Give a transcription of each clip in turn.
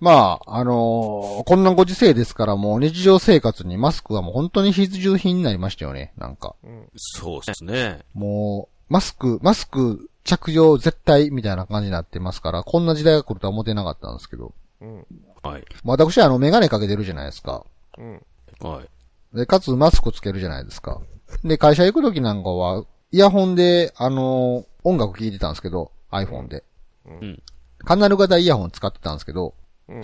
まあ、あのーこんなご時世ですからもう日常生活にマスクはもう本当に必需品になりましたよね、なんか。うん。そうですね。もう、マスク、マスク着用絶対みたいな感じになってますから、こんな時代が来るとは思ってなかったんですけど。うん。はい。まあ私はあの、メガネかけてるじゃないですか。うん。はい。で、かつマスクつけるじゃないですか。で、会社行く時なんかは、イヤホンで、あのー音楽聴いてたんですけど、iPhone で。んカナル型イヤホン使ってたんですけど、うん。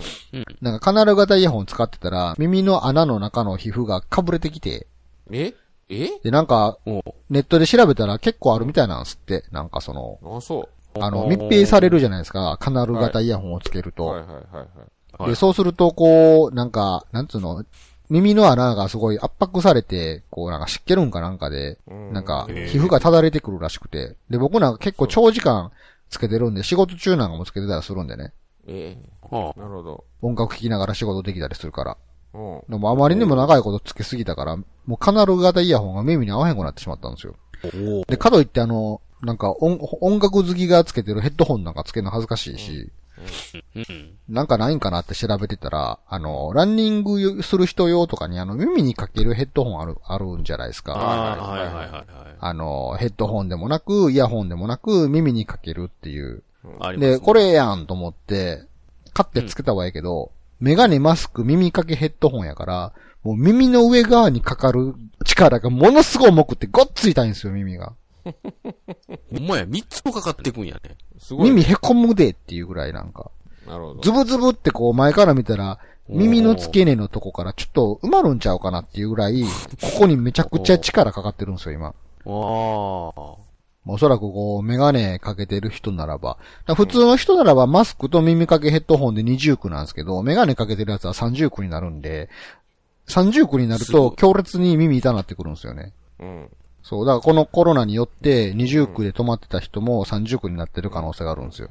なんかカナル型イヤホン使ってたら、耳の穴の中の皮膚がかぶれてきて、ええで、なんか、おうネットで調べたら結構あるみたいなんですって、なんかその、あ、そあの、おー密閉されるじゃないですか、カナル型イヤホンをつけるう。と。はいはいはいはい。はいで、そうすると、こう、なんか、なんつうの、耳の穴がすごい圧迫されて、こうなんか湿気るんかなんかで、うんなんかへー皮膚がただれてくるらしくて。で、僕なんか結構長時間つけてるんで、仕事中なんかもつけてたりするんでね。えはえ。なるほど。音楽聴きながら仕事できたりするから。うん。でもあまりにも長いことつけすぎたから、もうカナル型イヤホンが耳に合わへんくなってしまったんですよ。おうで、かといってあの、なんか音音楽好きがつけてるヘッドホンなんかつけるの恥ずかしいし、うん。なんかないんかなって調べてたら、あの、ランニングする人用とかにあの、耳にかけるヘッドホンある、あるんじゃないですあか。あ、ははいいはいははいいはいあの、ヘッドホンでもなく、イヤホンでもなく、耳にかけるっていう。はい。ありますねで、これやんと思って、買ってつけた方がいいけど、メガネ、マスク、耳かけヘッドホンやから、もう耳の上側にかかる力がものすごい重くてごっついたいんですよ、耳が。ほんまや、三つもかかってくんやね。すごい。耳へこむでっていうぐらいなんか。なるほど。ズブズブってこう前から見たら、耳の付け根のとこからちょっと埋まるんちゃうかなっていうぐらい、ここにめちゃくちゃ力かかってるんですよ、今。ああ。おそらくこう、メガネかけてる人ならば。だから普通の人ならばマスクと耳かけヘッドホンで二重苦なんですけど、メガネかけてるやつは三重苦になるんで、三重苦になるすごとい強烈に耳痛なってくるんですよね。うん。そう、だからこのコロナによって二重苦で止まってた人も三重苦になってる可能性があるんですよ。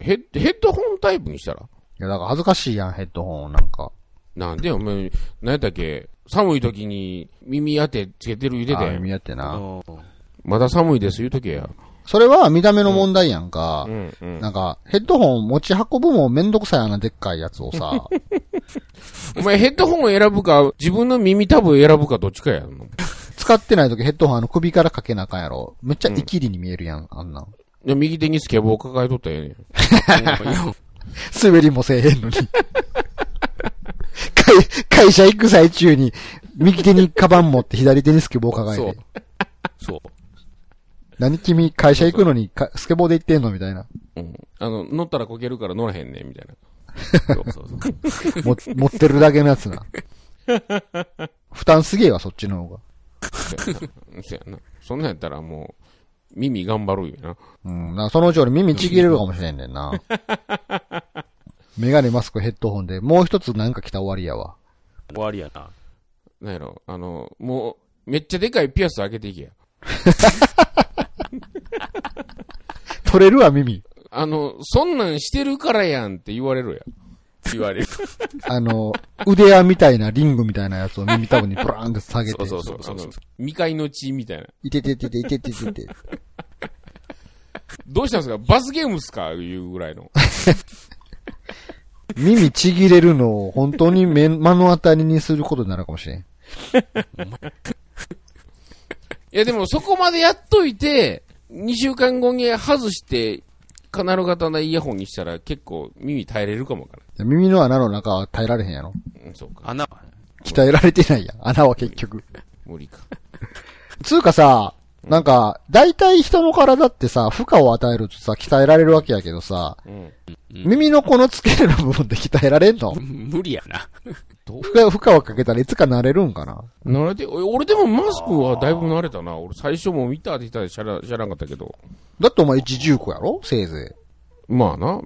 ヘッ、ヘッドホンタイプにしたらいや、だから恥ずかしいやん、ヘッドホンなんか。なんでお前、何やったっけ寒い時に耳当てつけてる言うてたあやん耳やってあな。ーまだ寒いです言うとけや。それは見た目の問題やんか。うんうん。なんか、ヘッドホン持ち運ぶもめんどくさいあんなでっかいやつをさ、 お前ヘッドホンを選ぶか、自分の耳タブを選ぶかどっちかやんの。使ってない時ヘッドホンあの首からかけなあかんやろ。めっちゃイキリに見えるやん、あんなん。で右手にスケボー抱えとったらええねん。ほんまや滑りもせえへんのに。 会、会社行く最中に、右手にカバン持って左手にスケボー抱えて。そう。何君、会社行くのにかスケボーで行ってんのみたいな。うん。あの、乗ったらこけるから乗らへんねん、みたい な。そうそうそう。も、 持ってるだけのやつな。負担すげえわ、そっちの方が。うんそやな。そんなんやったらもう、耳頑張るよな。うん、なんかそのうち俺耳ちぎれるかもしれんねんな。メガネ、マスク、ヘッドホンで、もう一つなんか来た終わりやわ。終わりやな。なんやろ、あの、もう、めっちゃでかいピアス開けていけや。取れるわ、耳。あの、そんなんしてるからやんって言われるや。言われる。あの、腕輪みたいなリングみたいなやつを耳たぶにプラーンって下げて。そうそうそそううそそううそうそう。未開の地みたいな。いてててていてててて。どうしたんすかバスゲームっすかいうぐらいの。耳ちぎれるのを本当に目目の当たりにすることになるかもしれん。いやでもそこまでやっといて、2週間後に外して、カナル型のイヤホンにしたら結構耳耐えれるかもわか耳の穴の中は耐えられへんやろ。らん。うん、そうか。穴は鍛えられてないやん。穴は結局。無理か。つうかさ、なんか、大体人の体ってさ、負荷を与えるとさ、鍛えられるわけやけどさ、うん。耳のこの付け根の部分で鍛えられんの無理やな。負荷負荷をかけたらいつか慣れるんかな慣れて、お俺でもマスクはだいぶ慣れたな。俺最初も見たって言ったら知ら知らんかったけど。だってお前一重個やろせいぜい。まあな。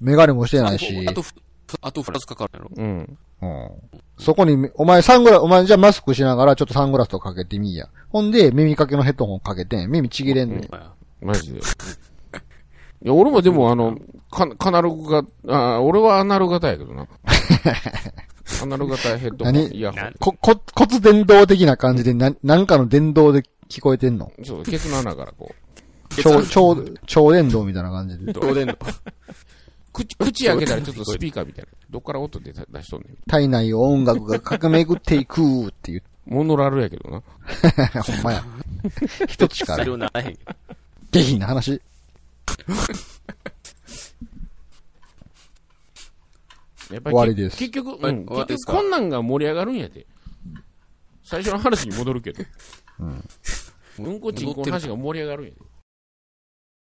メガネもしてないしあ。と、ふあと二つかかるやろ。うん。うん。そこに、お前サングラス、お前じゃあマスクしながらちょっとサングラスとかけてみいや。ほんで、耳かけのヘッドホンかけてん、耳ちぎれんねん。ほんまやマジで。いや、俺も でもあの、カカナルが、あー俺はアナル型やけ どな。アナル型ヘッドホン、何イヤホン。こ、こ、骨伝導的な感じで、な、なんかの伝導で聞こえてんのそう、ケツの穴からこう。 超、超、超伝導みたいな感じで。どうでんの口、口開けたらちょっとスピーカーみたいな。どっから音出た出しとんねん。体内を音楽が駆け巡っていくっていう。モノラルやけどな。 ほんまや。一つしかそないれ。をならへんけど。下品な話。やっぱ終わりです結局、はういん、終わ結りです局かこんなんが盛り上がるんやで。最初の話に戻るけど。うん。こちんこの話が盛り上がるんやで。